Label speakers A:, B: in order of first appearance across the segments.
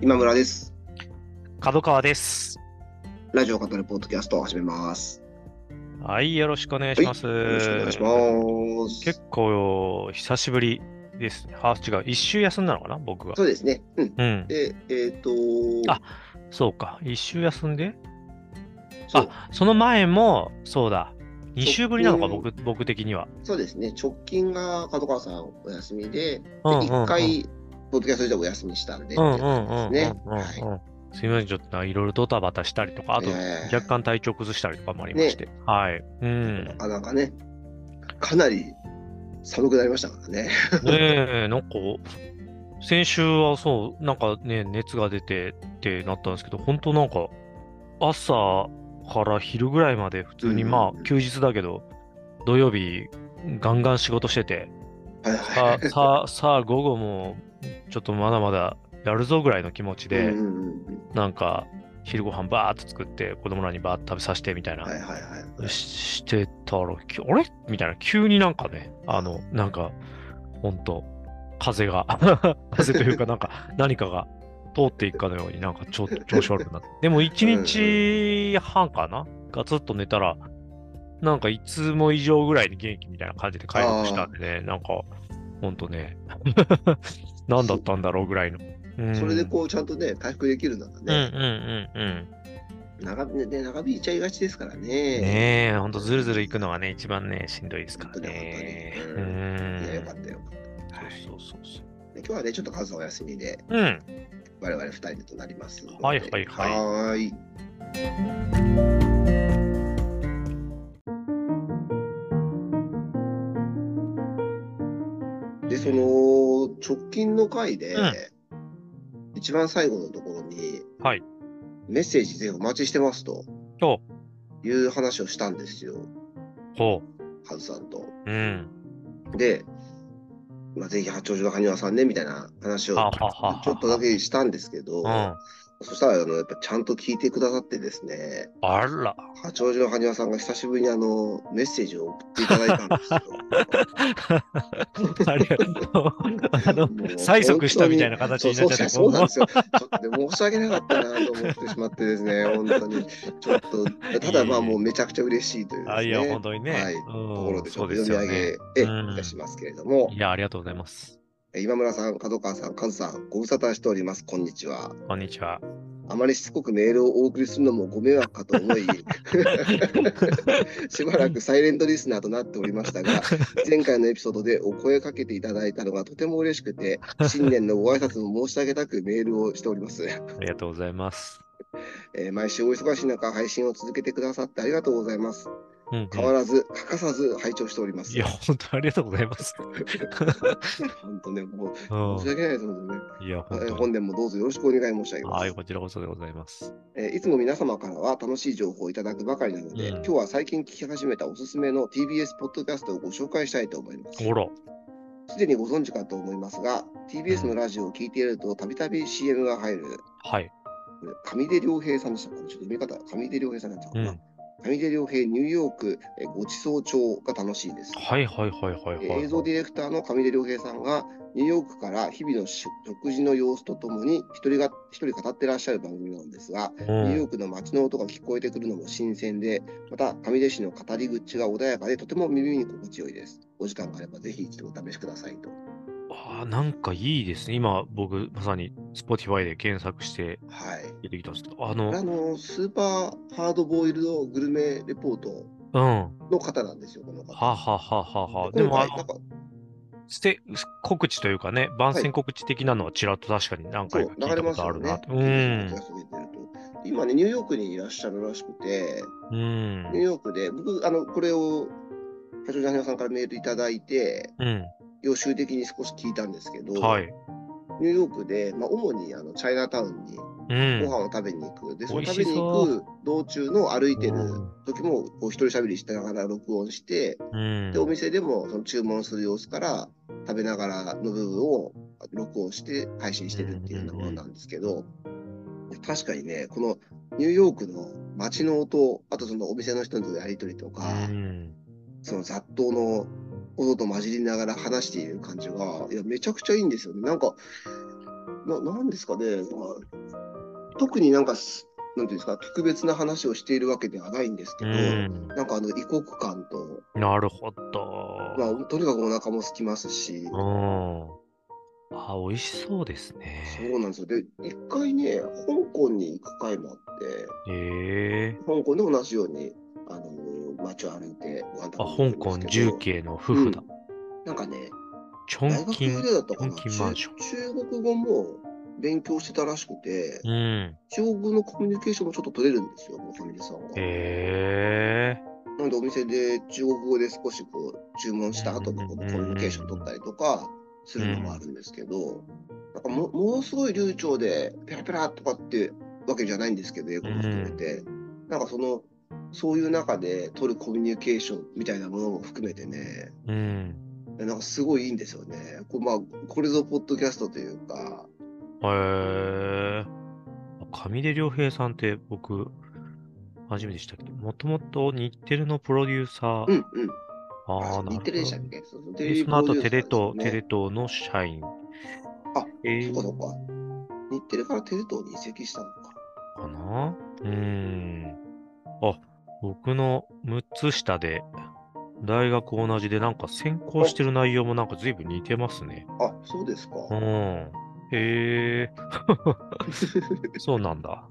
A: 今村です。
B: 角川です。
A: ラジオカトルポッドキャストを始めます。
B: はい、よろしくお願いします。
A: よろしくお願いします。
B: 結構久しぶりですね。あ、違う、一週休んだのかな、僕が
A: そ。うですね。うん。
B: うん、
A: で、えっ、と
B: あそうか、一週休んで、
A: そう
B: その前も、そうだ、二週ぶりなのか、
A: そう
B: 僕僕的には。
A: そうですね。直近が角川さんお休みで、で
B: うんうんうん
A: 一、回、ポッドキャストでお休みしたんで、
B: うんうん
A: って
B: う
A: いうん感
B: う
A: じですね。
B: んうんうん。すみません、ちょっとないろいろドタバタしたりとか、あと
A: ええ
B: 若干体調崩したりとかもありまして。はい。うん。ね
A: あ、なんかね、かなり寒くなりましたからね。
B: え、なんか、先週はそう、なんかね、熱が出てってなったんですけど、本当なんか、朝から昼ぐらいまで、普通に
A: うん
B: まあ、休日だけど、土曜日、ガンガン仕事してて、
A: はいはい。
B: さささあ、午後も、ちょっとまだまだやるぞぐらいの気持ちで
A: うん、うんうん
B: なんか、昼ご飯バーっと作って、子供らにバーっと食べさせてみたいな
A: はいはいはい。
B: ししてたら、きあれみたいな、急になんかね、あの、なんか、ほんと、風が、 風というか、なんか、何かが通っていくかのように、なんかちょ、調子悪くなって。でも、1日半かなガツッと寝たら、なんか、いつも以上ぐらいに元気みたいな感じで回復したんでね、なんか、ほんとね、 何だったんだろうぐらいの。うん
A: それでこう、ちゃんとね、回復できるなら
B: うんうん
A: ね、
B: うんうん。
A: 長ねね長引いちゃいがちですからね。
B: ねえ、ほんとずるずるいくのがね、一番ね、しんどいですからね。
A: 本当
B: う
A: に本いや、よ
B: ん
A: か。ったよかった。
B: そうそうそうそう。
A: で今日はね、ちょっと数はお休みで、
B: うん。
A: 我々二人でとなりますので。
B: はいはいはい
A: はーい。で、その、直近の回で、
B: うん
A: 一番最後のところに、
B: はい
A: メッセージぜひお待ちしてますと
B: お
A: いう話をしたんですよ、
B: ほ
A: カズさんと。
B: う。うん。
A: で、まあ、ぜひ八王子の埴輪さんねみたいな話を
B: はははは
A: ちょっとだけしたんですけど、
B: うん。あ
A: そしたらあのやっぱちゃんと聞いてくださってですね、
B: ら。
A: 八王子の埴輪さんが久しぶりにあのメッセージを送っていただいたんですよ。
B: あれ、あの、
A: もう
B: 催促したみたいな形
A: そう
B: に
A: そう
B: なっちゃって、
A: そうなんですよ。ちょっとね申し訳なかったなと思ってしまってですね、本当に。ちょっと、ただまあもうめちゃくちゃ嬉しいというです、ね、
B: あ、いや、本当にね。
A: はい
B: うん
A: ところでちょ
B: そ
A: っ
B: う
A: と読
B: です
A: み
B: よ
A: 上げ
B: ね。
A: え
B: うん
A: いたしますけれども、
B: いや、ありがとうございます。
A: 今村さん、角川さん、カズさん、ご無沙汰しております。こんにちは。
B: こんにち は。
A: あまりしつこくメールをお送りするのもご迷惑かと思 い、しばらくサイレントリスナーとなっておりました が、前回のエピソードでお声かけていただいたのがとても嬉しくて、新年のご挨拶も申し上げたくメールをしております。
B: ありがとうございます。
A: えー毎週お忙しい中、配信を続けてくださってありがとうございます。
B: うんうん
A: 変わらず、欠かさず拝聴しております。
B: いや、本当ありがとうござい ます。
A: 本当ね、もう
B: うん
A: 申し訳ないです本当にね。
B: いや、
A: え
B: 本
A: ー
B: 当
A: 本
B: に。
A: 年もどうぞよろしくお願い申し上げます。
B: はい、こちらこそでございます。
A: えーいつも皆様からは楽しい情報をいただくばかりなので、
B: うん
A: 今日は最近聞き始めたおすすめの TBS ポッドキャストをご紹介したいと思います。
B: おろ。
A: すでにご存知かと思いますが、TBS のラジオを聞いているとたびたび CM が入る、
B: はい。
A: 上出良平さんでしたかねちょっと読み方、上出良平さんだったか
B: う
A: な、
B: ん。
A: 上出良平ニューヨーク、えーごちそう帳が楽しいです。
B: はいはいはいはいはい
A: え
B: は
A: ー
B: い。
A: 映像ディレクターの上出良平さんがニューヨークから日々の食事の様子とともに一人が一人語ってらっしゃる番組なんですが、
B: う
A: ニ
B: ん
A: ューヨークの街の音が聞こえてくるのも新鮮で、また上出市の語り口が穏やかで、とても耳に心地よいです。お時間があればぜひ一度お試しくださいと。
B: あーなんかいいですね。今、僕、まさに Spotify で検索して
A: はい。
B: 出てきたんですけど、あ
A: あ
B: の、
A: の、スーパーハードボイルドグルメレポート
B: うん、は
A: の方なんですよ、この方。
B: あ、はあはあはあはあ、
A: で
B: でも、あ
A: 今回なん
B: の、
A: か
B: ステ告知というかね、番宣告知的なのはちらっと確かに何
A: そ
B: 回
A: う
B: か
A: 流
B: 聞い
A: れ
B: たこ
A: ます
B: とあ
A: よ
B: るな
A: ね
B: と。。
A: 気がすると今ね、ニューヨークにいらっしゃるらしくて、
B: うん。うん
A: ニュー。ヨークで、僕、あの、これを、八王子のさんからメールいただいて、
B: う
A: 予習的に少し聞いたんですけど、
B: ん。はい。
A: ニューヨークで、まあ、主にあのチャイナタウンに
B: う
A: ご飯
B: ん。
A: を食べに行く、でその
B: 美味
A: 食
B: し
A: べに行
B: そ
A: く道中の歩いてる
B: うん
A: 時もこう一人しゃべりしながら録音して、
B: うん
A: でお店でもその注文する様子から食べながらの部分を録音して配信してるっていうようなものなんですけど、確かにねこのニューヨークの街の音あとそのお店の人とのやり取りとか、
B: うん。
A: その雑踏の音と混じりながら話している感じが、いや、めちゃくちゃいいんですよね。なんか、ななんですかね、まあ特になんかす、なんていうんですか、特別な話をしているわけではないんですけ
B: う
A: ど、
B: ん。
A: なんかあの異国感と、
B: なるほ
A: ま
B: ど。
A: あ、とにかくお腹も空きますし、
B: うん。あ、美味しそうです
A: そうな
B: ね。
A: んですよ。で、一回ね、香港に行く回もあって、
B: ええ
A: 香港で同じように、あのー街を歩いてご飯
B: あ、
A: 食べ
B: 香
A: に行く
B: 港
A: んですけど
B: 重慶の夫婦だ。
A: うんなんかね、
B: チ
A: 大
B: ョン
A: 学
B: キン。
A: でだったかな
B: チョ
A: 中
B: ンキンマンション
A: 中国語も勉強してたらしくて、
B: うん。
A: 中国語のコミュニケーションもちょっと取れるんですよ、おかみさんは。
B: ええ
A: なのでお店で中国語で少しこう注文した後のこうコミュニケーション取ったりとかするのもあるんですけど、なんかもものすごい流暢でペラペラとかってわけじゃないんですけど、英語も含めて、なんかその、そういう中で取るコミュニケーションみたいなものも含めてね、
B: うん。
A: なんかすごいいいんですよね。こうまあ、これぞポッドキャストというか、
B: へえ上出良平さんって僕、初めてしたけど、もともと日テレのプロデューサー。
A: うんうん。
B: ああ、なるほど
A: 日テレでしたっけそうそうテ
B: で
A: レビ
B: その
A: プ
B: 後
A: ロ
B: テ
A: デュ
B: レ
A: ーサーで
B: 東、
A: すよね
B: テレ東の社員。
A: あ、
B: えー
A: そっかそっか。日テレからテレ東に移籍したのか。
B: かなうーん。あ、僕の6つ下で、大学同じで、なんか専攻してる内容もなんか随分似てますね。
A: あ、そうですか。
B: うん。 へえ。そうなんだ。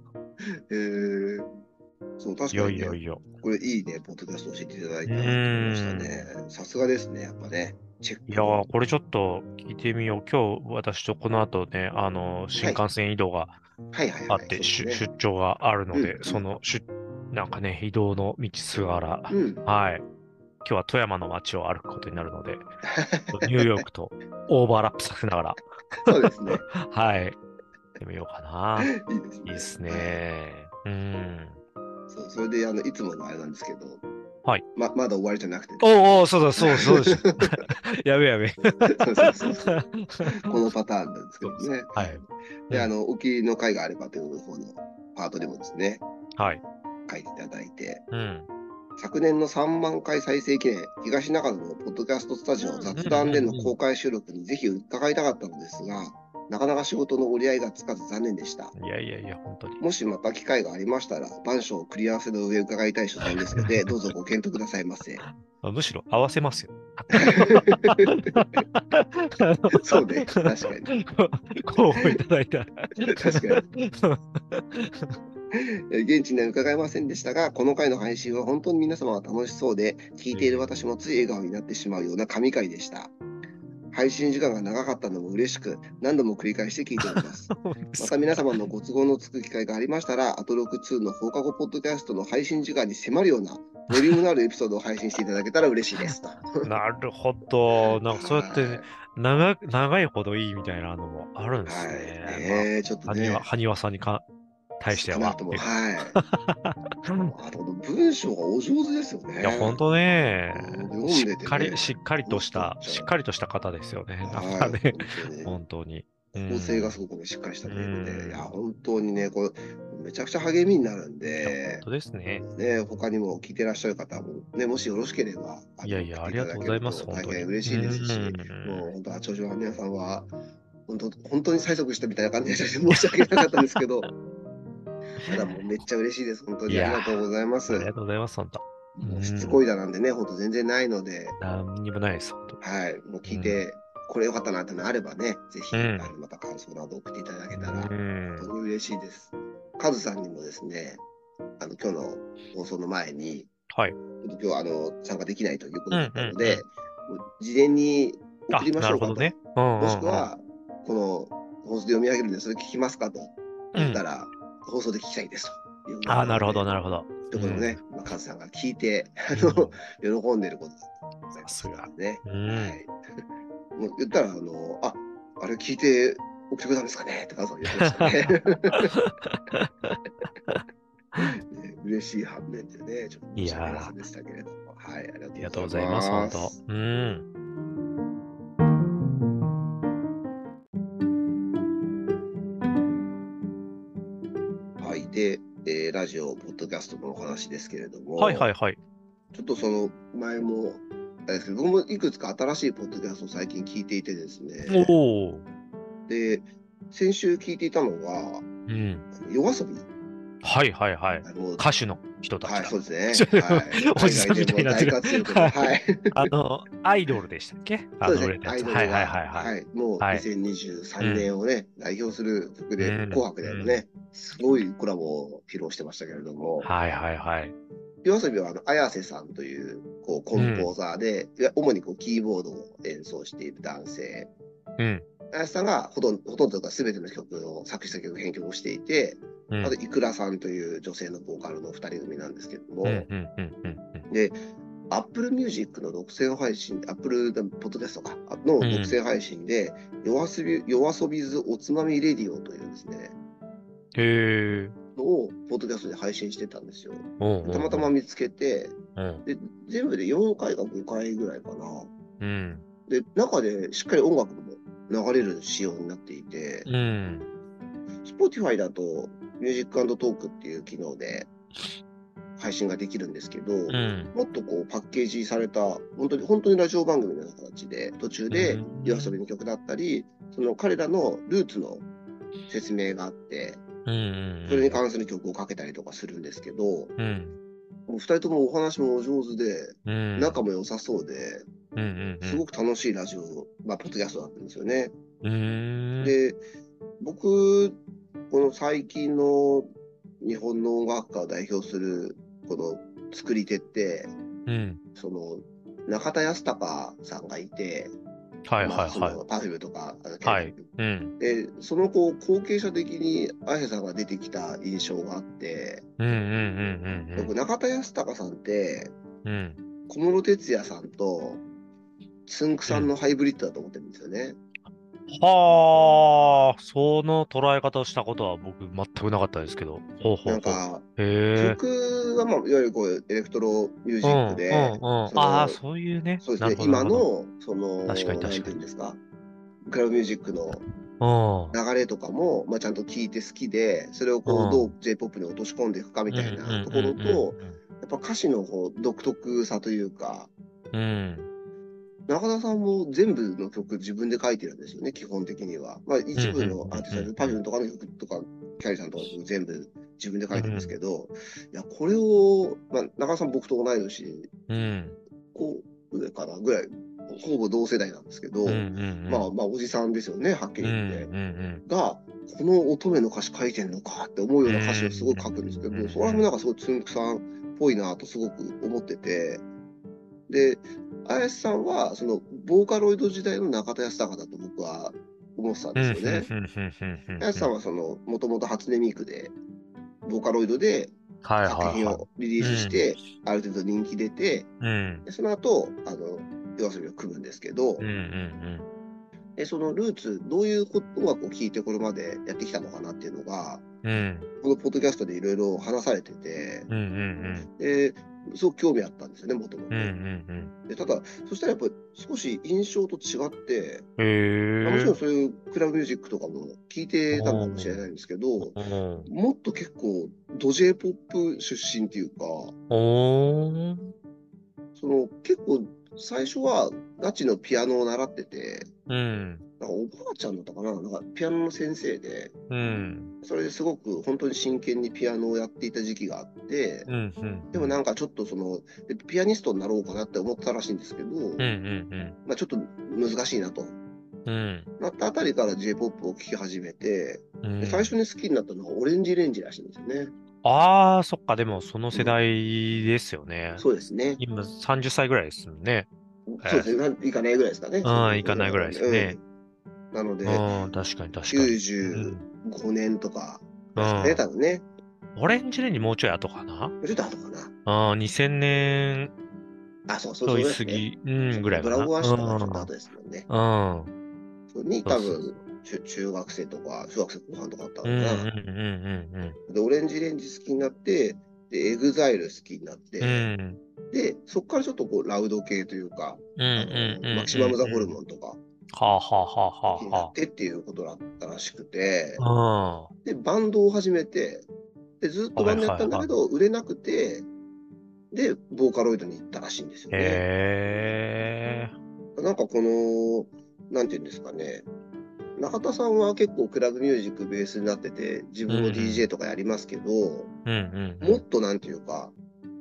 A: えー、そう、確
B: い
A: か
B: や
A: に、
B: い
A: ね、
B: やいや。
A: これいいね、ポッドキャスト教えていただいたなと思いましたね。さすがですね、やっぱね。チェック。
B: いやーこれちょっと聞いてみよう。今日私とこの後ね、あの、新幹線移動が
A: はいはい
B: あ
A: はい。
B: って、
A: そう
B: 出
A: ですね
B: 出張があるので、
A: うん
B: その出、なんかね、移動の道すがら、
A: うん。
B: はい。今日は富山の街を歩くことになるので、ニューヨークとオーバーラップさせながら、
A: そうです ね。
B: はい。行ってみようかな。い
A: いいですね。
B: いですね。うん。
A: そうそれで、あの、いつものあれなんですけど、
B: はい。
A: ままだ終わりじゃなくて、
B: おうおう、そうだ、そうそう でした。やべやべ。
A: そうそうそうそうこのパターンなんですけどね。
B: はい。
A: で、
B: うん
A: あの、お気に入りの回があればという方のパートでもですね、
B: はい。
A: 書いていただいて、
B: うん。
A: 昨年の3万回再生記念、東中野のポッドキャストスタジオ雑談での公開収録にぜひ伺いたかったのですが、なかなか仕事の折り合いがつかず残念でした。
B: いやいやいや、本当に。
A: もしまた機会がありましたら、番書を繰り合わせの上伺いたい所存ですので、どうぞご検討くださいませ。
B: あむしろ合わせますよ。
A: そうね確 か
B: に。候補いただいたら。
A: 確か
B: に。
A: えー現地には伺いませんでしたが、この回の配信は本当に皆様が楽しそうで、聞いている私もつい笑顔になってしまうような神回でした。配信時間が長かったのも嬉しく、何度も繰り返して聞いております。また皆様のご都合のつく機会がありましたら、アトロク2の放課後ポッドキャストの配信時間に迫るような、ボリュームのあるエピソードを配信していただけたら嬉しい ですと。
B: なるほど。なんかそうやって、
A: はい
B: ね、長く長いほどいいみたいなのもあるんですね。
A: はい、
B: まあ
A: ねえちょっと
B: はに
A: ね
B: わ、。はにわさんにか対して
A: 少な
B: は
A: く。ともはい。あとこの文章がお上手ですよね。
B: いや、本当ね
A: うん。
B: し
A: 読んで
B: って
A: ね
B: かり、しっかりとした
A: 本、当
B: しっかりとした方ですよね。な
A: はい
B: んかね、
A: 本
B: 本当に。
A: 当に構成がす
B: ごい。
A: ごくねしっかりしたメール
B: う
A: で、
B: ん
A: いや、本当にね、これ、めちゃくちゃ励みになるん
B: いや
A: で
B: 本、当ですね。
A: ね、他にも聞いてらっしゃる方も、ね、もしよろしければ、あの
B: いやいや、ありがとうございます。
A: 送っ
B: 本
A: て
B: 当
A: ただけると大
B: に。
A: 変嬉しいですし、
B: うん
A: もう本当、八王子の皆さんは、本当、本当に催促したみたいな感じで申し訳なかったんですけ ど、ただもうめっちゃ嬉しいです。本当
B: い
A: にあ
B: や
A: りがとうございます
B: あ。りがとうございます、本当。
A: も
B: うん
A: うしつこいだなんでね、本当全然ないので、
B: 何にもないです、本当。
A: はい、もう聞いて、これ良かったなってのあればね、ぜひ、
B: うん
A: あのまた感想など送っていただけたら、
B: うん
A: 本当に嬉しいです。カズさんにもですね、あの今日の放送の前に、
B: はい。
A: ちょっと今日はあの参加できないということだったの
B: うんうん
A: で、もう事前に
B: あ、
A: 送りま
B: な
A: しょ
B: る
A: うか
B: ほ
A: と、
B: どね。うんうんうん
A: もしくは、この放送で読み上げるんで、それ聞きますかと
B: う
A: 言っ
B: ん
A: たら、放送で聞きたいですということで。
B: あ、なるほど、なるほど。
A: ということでね、まあ、カズさんが聞いて、あの、喜んでることだと思いますからね。
B: うん
A: はい。もう言ったら、あの、あ、あれ聞いて送ってくれたんですかねってカズさん言ってました ね。ね嬉しい反面でね、ちょっと申し訳なさでしたけれども。はい、あ
B: あ
A: り
B: り
A: が
B: が
A: とうござ
B: とうござ
A: い
B: い
A: ま。
B: ますす、本当。うん。
A: はい。で、えーラジオ、ポッドキャストのお話ですけれども、
B: はいはいはい。
A: ちょっとその前も、あれですけど、僕もいくつか新しいポッドキャストを最近聞いていてですね。
B: おお。
A: で、先週聞いていたのが、
B: うん。
A: 夜遊び
B: はいはいはい。
A: あの
B: 歌手の人たちだ。
A: はい、そうです ね。はい、
B: おじさんみたいになってる
A: 海外でも大活躍ではい。
B: あの、アイドルでしたっけあ
A: そう
B: の
A: です
B: 売れ
A: ね。
B: た
A: ア
B: や
A: イ
B: つ。
A: ドルが
B: はいはいはいはい。
A: はい。もう
B: はい
A: 2023年をね、代表する曲で、
B: うん
A: 紅白でもね、すごいコラボを披露してましたけれども、
B: はいはいはい。
A: 夜遊びはあの綾瀬さんというこうコンポーザーで、いや主にこうキーボードを演奏している男性。
B: うん。
A: 綾瀬さんがほとんどほとんどが全ての曲を作詞作曲編曲をしていて、
B: うん
A: あと、いくらさんという女性のボーカルの2人組なんですけども、
B: うんうんうんうんうん。
A: で、Apple Music の独占配信、Apple のポッドキャストか、の独占配信で、夜遊び、夜遊びずおつまみレディオというですね、
B: へえ。
A: のをポッドキャストで配信してたんですよ。
B: おうおうおう
A: たまたま。見つけて、
B: うん。
A: で、全部で4回か5回ぐらいかな。
B: うん。
A: で、中でしっかり音楽も流れる仕様になっていて、
B: うん。
A: Spotify だと、ミュージックトークっていう機能で配信ができるんですけど、
B: うん。
A: もっとこうパッケージされた、本当に本当にラジオ番組のような形で、途中で
B: うん
A: y o びの曲だったり、その彼らのルーツの説明があって、
B: うんうんうん。
A: それに関する曲をかけたりとかするんですけど、も
B: うん。
A: う2人ともお話もお上手で、
B: うん。
A: 仲も良さそうで、
B: うんうんうん。
A: すごく楽しいラジオ、まあ、ポッドキャストだったんですよね。
B: うーん。
A: で、僕、この最近の日本の音楽家を代表する、この作り手って、
B: うん。
A: その中田康隆さんがいて、
B: はい
A: まあ
B: はい
A: そ
B: はい
A: の。パフュームとか、あの
B: はいうん。
A: でそのこう後継者的に綾瀬さんが出てきた印象があって、
B: うんうんうんうん
A: 僕、中田康隆さんって、
B: うん。うん。
A: 小室哲哉さんとつんくさんのハイブリッドだと思ってるんですよね。
B: はあ、その捉え方をしたことは僕全くなかったですけど。ほうほ
A: な
B: うんほう。
A: か、
B: へえ。
A: 曲は、まあ、いわゆるこうエレクトロミュージ
B: うんうん
A: ック
B: う
A: で、
B: ん。
A: その
B: ああ、そういうね。
A: そうで
B: な
A: す
B: る
A: ね、
B: ほどな
A: 今
B: る
A: の、
B: ほ
A: その、
B: 確かに確かに
A: なんていうんですか、クラブミュージックの
B: ど。うん。
A: 流れとかも、まあ、ちゃんと聞いて好きでそれを
B: う
A: こ
B: ん
A: うどう J−POP に落とし込んでいくかみたいなところとやっぱ歌詞のこう独特さというか
B: うんうん
A: 中田さんも全部の曲自分で書いてるんですよね基本的には、まあ、一部のアーティスト
B: うんうんうんう
A: で
B: ん
A: パフュームとかの曲とかキャリーさんとか全部自分で書いてるんですけど、いやこれを、まあ、中田さん僕と同い年
B: うんうん
A: こう上かなぐらいほぼ同世代なんですけど、
B: うんうんうん
A: まあまあおじさんですよねはっき
B: う
A: り
B: ん
A: 言って。
B: うんうん
A: が、この乙女の歌詞書いてんのかって思うような歌詞をすごい書くんですけ
B: うん
A: ど、それもなんかすごいつんくさんっぽいなとすごく思ってて、で、綾瀬さんは、その、ボーカロイド時代の中田康隆だと僕は思ってたん
B: うんうん
A: ですよね。
B: うんうんうんうん
A: 綾瀬さんは、その、もともと初音ミクで、ボーカロイドで
B: はいはい
A: 作品
B: はい
A: をリリースして、ある程度人気出て、
B: うん
A: でその後、あの、夜遊びを組むんですけど、
B: うんうん
A: でそのルーツ、どういうこ音楽を聴いてこれまでやってきたのかなっていうのが、
B: うんうん
A: このポッドキャストでいろいろ話されてて、
B: うんうん
A: えーすごく興味あったんですよね、もともと
B: うんうんうん
A: で。ただ、そしたらやっぱり少し印象と違って、
B: うんへ
A: もちろん
B: え
A: そういうクラブミュージックとかも聞いてたのかもしれないんですけど、
B: うん
A: もっと結構、ド J-POP 出身っていうか、
B: おー
A: その結構最初はガチのピアノを習ってて、
B: うん
A: なんかおばあちゃんだったかな、なんかピアノの先生で、
B: うん
A: それですごく本当に真剣にピアノをやっていた時期があって、
B: うんうん
A: でもなんかちょっとその、でピアニストになろうかなって思ったらしいんですけど、
B: うんうん
A: まあ、ちょっと難しいなと。
B: うんうん
A: なったあたりから J-POP を聴き始めて、
B: うん
A: で最初に好きになったのはオレンジレンジらしいんですよね。
B: ああ、そっか、でもその世代ですよね。
A: そうですね。
B: 今30歳ぐらいですもんね。
A: そうですね。なんいかないぐらいですかね。
B: うんいかないぐらいですね
A: うん。なので、
B: うん、確かに確かに。
A: 95年とか
B: う
A: です
B: ん
A: かね、多分ね。
B: オレンジレンジもうちょい後かな
A: ちょっと後かな。
B: ああ、2000年
A: あ、そうそ
B: ち
A: うそ
B: ょ
A: う
B: い
A: で
B: 過
A: すね。
B: ぎ、うん、ぐらい
A: ブ
B: かな。
A: ラボーアッシュとかちょっと後
B: う
A: ですもんね。
B: ん。うん。
A: それに多
B: そうそう
A: 分、中中学生とか、小学生後半とかだったの
B: う
A: か
B: んうん
A: な。
B: うん
A: で、オレンジレンジ好きになって、で、エグザイル好きになって、
B: うんうん。うん
A: で、そこからちょっとこう、ラウド系というか、
B: うん
A: あ
B: うんうん。
A: のマキシマム・ザ・ホル
B: ン。
A: モンとか
B: はあはあはあ
A: 好きにな
B: は
A: ってっていうことだったらしくて、
B: あはあ。
A: で、バンドを始めて、で、ずっとバンドやったんだけど、売れなくて、で、ボーカロイドに行ったらしいんですよ
B: うん。
A: ね。
B: へえ。
A: なんかこの、なんていうんですかね、う中田さんは結構クラブミュージックベースになってて、自分も
B: うんうん
A: DJ とかやりますけど、
B: うんうん
A: もっとなんていうか、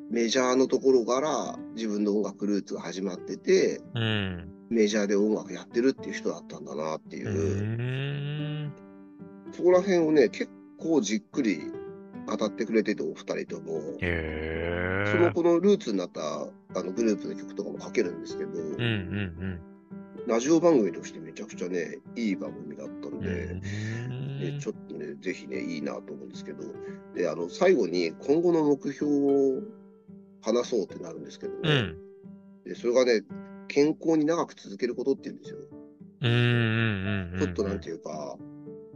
A: メジャーのところから自分の音楽ルーツが始まってて、
B: うん。うん。
A: メジャーで音楽やってるっていう人だったんだなっていうう、
B: ーん。
A: そこら辺をね、結構じっくり語ってくれてて、お二人とも。
B: へえ。
A: そのこのルーツになったあのグループの曲とかも書けるんですけど、
B: うんうん
A: ラジオ番組としてめちゃくちゃね、いい番組だったん
B: うん。
A: で、
B: うー
A: ね、
B: ん
A: ちょっとね、ぜひね、いいなと思うんですけど、で、あの、最後に今後の目標を話そうってなるんですけどね、
B: うん。
A: でそれがね、健康に長く続けることっていうんですよ。
B: うんうんうんうん。
A: ちょっとなんていうか、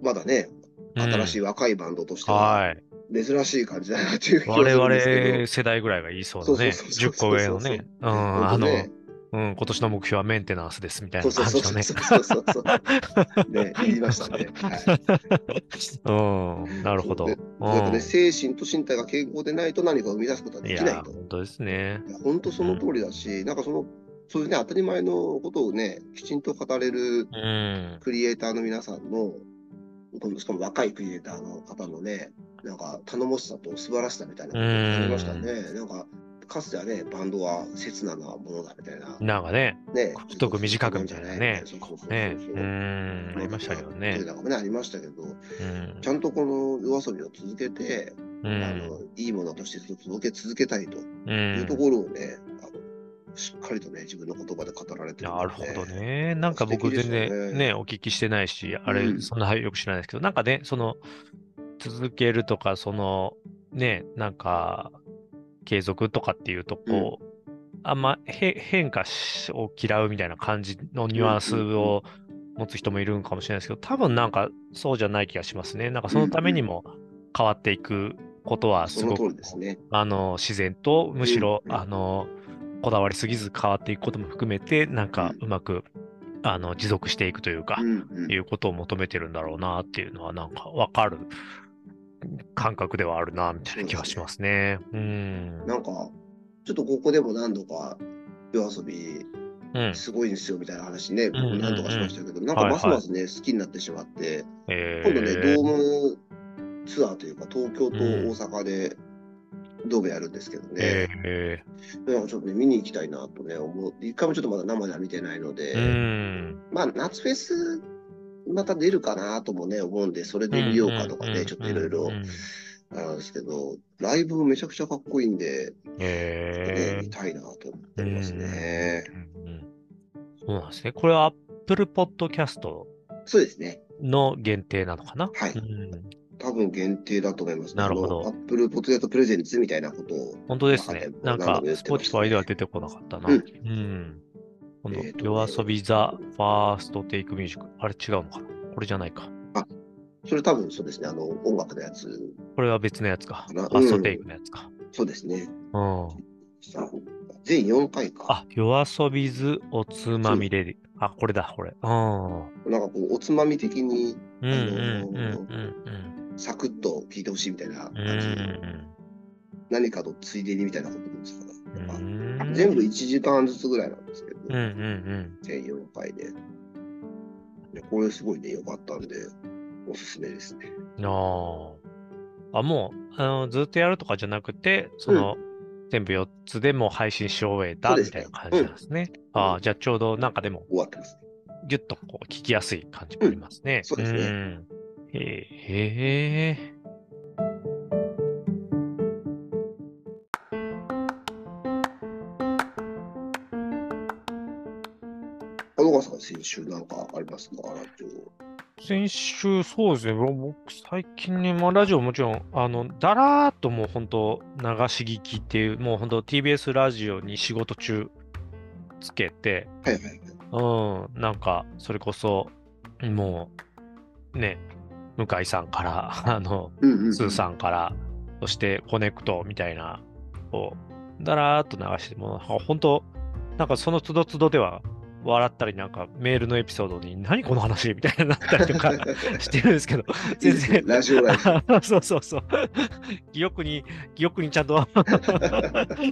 A: まだね、新しい
B: い。
A: 若いバンドとしては、
B: はい。
A: 珍しい感じだなっていう気がす
B: 我
A: るんですけど、
B: 々世代ぐらいが言いそうだね。
A: そうそうそう
B: 10
A: そ
B: 個
A: う
B: 上
A: そ
B: の
A: うそう
B: ね。うん、あ
A: 本当
B: の、
A: ね
B: うん、今年の目標はメンテナンスですみたい
A: そ
B: な
A: うそう
B: 感
A: そう
B: じの
A: そうそうそ
B: ね。
A: うそう。ね、言いましたね。はい。
B: うん、なるほど。
A: そううねそうやってね、精神と身体が健康でないと何かを生み出すことは
B: ん、い
A: できない
B: や、
A: と。
B: 本当ですね。
A: いや本当その通りだし、なんかその、そういうね、当たり前のことをね、きちんと語れる
B: うん、
A: クリエイターの皆さんの、このしかも若いクリエイターの方のね、なんか頼もしさと素晴らしさみたいなことを感じましたね。なんか、かつてはね、バンドは刹那なものだみたいな、
B: なんかね、
A: ね。
B: 太く短くみたいなね
A: そうそうそうそう
B: ね、うん、ありましたけど
A: そうい
B: ね
A: う。のもね、ありましたけど、
B: うん
A: ちゃんとこの夜遊びを続けて、あ
B: うん
A: のいいものとして届け続けたいと
B: う
A: いうんところをね、あのしっかりとね、自分の言葉で語られてるんで
B: なるほど。ね。なんか僕
A: 素敵ですよ
B: 全
A: ね
B: 然ね、お聞きしてないし、あ
A: う
B: れ、
A: ん
B: そんなよく知らないですけど、なんかね、その、続けるとか、その、ね、なんか、継続とかっていうと、こう、あんまへ変化しを嫌うみたいな感じのニュアンス
A: うんうんうん
B: を持つ人もいるんかもしれないですけど、多分なんかそうじゃない気がしますね。なんかそのためにも変わっていくことはす
A: そ
B: ご
A: の
B: く
A: 通りですね。
B: あの自然とむしろ、
A: うん
B: あのこだわりすぎず変わっていくことも含めてなんか
A: う
B: うまく、あの持続していくというか、
A: うんうん
B: いうことを求めてるんだろうなっていうのはなんか分かる感覚ではあるなみたいな気がしますね。うん。
A: なんか、ちょっとここでも何度か夜遊び
B: うん。
A: すごいんですよみたいな話ね、僕
B: うんうん
A: 何度かしましたけど、なん
B: は
A: か
B: いはい
A: ますますね、好きになってしまって、
B: えー
A: 今度ね、ドームツアーというか、東京と大阪でドームやるんですけどね、
B: え
A: なんかちょっとね、見に行きたいなとね、思う。一回もちょっとまだ生では見てないので、
B: ーうん。
A: まあ、夏フェス、また出るかなともね、思うんで、それで見ようかとか
B: うんうんうんう
A: ね、
B: ん
A: ちょっといろいろあるんですけど、ライブもめちゃくちゃかっこいいんで、ね
B: え、ー
A: 見たいなと思っておりますね。
B: うんうんそうなんですね。これは Apple Podcast
A: そうですね。
B: の限定なのかな
A: はい
B: うん
A: 多分限定だと思います、
B: なるほど
A: アップルポテトプレゼンツみたいなことを、
B: 本当ですね。
A: な
B: な
A: んん
B: か
A: か、ね
B: Spotify では出てこなかったな。
A: う
B: うんん。今度
A: えーとね
B: 夜遊びザ・ファースト・テイク・ミュージック。あれ違うのかなこれじゃないか。
A: それ多分そうですね、あの、音楽のやつ、
B: これは別のやつ
A: か
B: か。フ
A: な
B: ァースト・テイクのやつか。
A: そうですね。
B: うん。
A: さあ全4回か。
B: あ、夜遊びずおつまみレディ。あ、これだ、これ。うん。うん
A: なんかこう、おつまみ的に
B: うんうんうん
A: サクッと聞いてほしいみたいな
B: うんうん。う
A: 感じ、
B: ん
A: 何かとついでにみたいなことですか
B: う
A: ら、
B: ん。
A: 全部1時間ずつぐらいなんですけど、
B: うんうん
A: 全4回で。でこれすごいね、良かったんで、おすすめですね。
B: うん。ああ。あ、もう、あの、ずっとやるとかじゃなくて、その、全部4つでもう配信し終えた
A: そう
B: み
A: です
B: た
A: ね
B: いな感じなんですね。ああ、じゃあちょうどなんかでも、
A: 終わってます。
B: ぎゅっとこう聞きやすい感じもありますね。
A: そうですね
B: んへえ。へえ。
A: 小野川さん、先週なんかありますかラジオ
B: 先週、そうですね、ぼ僕、最近ね、まあ、ラジオもちろん、あの、だらーっともう本当、流し聞きっていう、もう本当、TBS ラジオに仕事中つけて、
A: はいはいはい。
B: うん、なんか、それこそ、もう、ね、向井さんから、あ の、
A: うんうん、
B: スーさんから、そしてコネクトみたいな、こう、だらーっと流して、もう、ほんと、なんかそのつどつどでは笑ったり、なんかメールのエピソードに、何この話みたいになった りとかしてるんですけど、 全
A: いいですね
B: 然。
A: ラジオライフ。
B: そうそうそう。記憶に、記憶にちゃんと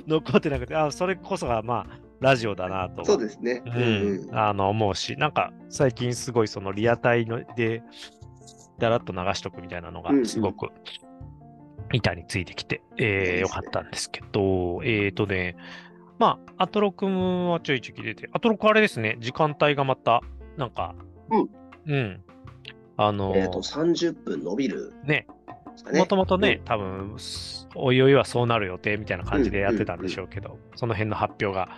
B: 残ってなくて、あそれこそが、まあ、ラジオだなとは
A: そうですね。うん
B: うん、あの思うし、なんか最近すごいそのリアタイので、だらっと流しとくみたいなのが
A: うんうん
B: すごく板についてきて、えー
A: いいですね
B: よかったんですけど、えっ、とね、まあ、アトロクムはちょいちょい切れて、アトロクあれですね、時間帯がまた、なんか、
A: うん。
B: うん。あの、
A: えっ、と、30分伸びる。
B: ね
A: ですかね。
B: もともとね、多分すおいおいはそうなる予定みたいな感じでやってたんでしょうけど、その辺の発表が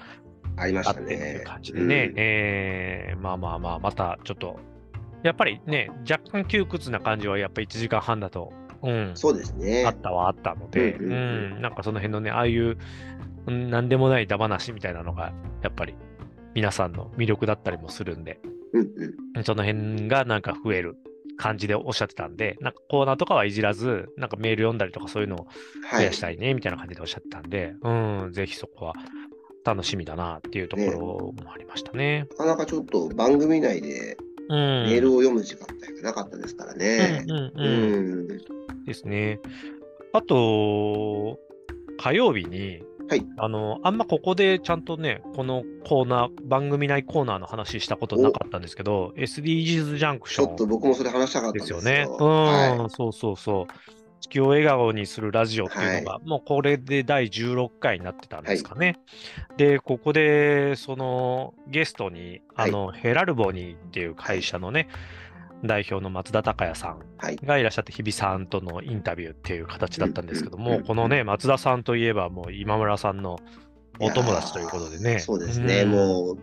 A: ありま
B: あ
A: し
B: ったてってい
A: ね
B: う。感じでね、
A: うん
B: えーまあまあまあ、またちょっと、やっぱりね、若干窮屈な感じは、やっぱ1時間半だと、うん、
A: そうですね。
B: あったはあったので、
A: うんうんうん
B: うんなんかその辺のね、ああいう、うんなんでもないだ話みたいなのが、やっぱり皆さんの魅力だったりもするんで、
A: うんうん。
B: その辺がなんか増える感じでおっしゃってたんで、なんかコーナーとかはいじらず、なんかメール読んだりとかそういうのを
A: は
B: 増
A: い。
B: やしたいねみたいな感じでおっしゃってたんで、うん、ぜひそこは楽しみだなっていうところもありましたね。
A: なかなかちょっと番組内で
B: うん、
A: メールを読む時間帯がなかったですからね
B: う。んうん
A: う
B: うん
A: ん。
B: ですね。あと、火曜日に、
A: はい
B: あのあんまここでちゃんとね、このコーナー、番組内コーナーの話したことなかったんですけど、SDGs ジャンクシ
A: ち
B: ョ
A: ょ
B: ン
A: っと僕もそれ話したかったん
B: で
A: です
B: す
A: よ
B: よね。うん、
A: は
B: そうそうそう。地球を笑顔にするラジオっていうのが、もうこれで第16回になってたんですかね。で、ここで、そのゲストに、あの、ヘラルボニーっていう会社のね、代表の松田孝也さん
A: はい
B: がいらっしゃって、日比さんとのインタビューっていう形だったんですけど
A: うんうんうん
B: も、このね、松田さんといえば、もう今村さんのお友達ということで
A: い。
B: ね。
A: そうですね。
B: ん
A: もう、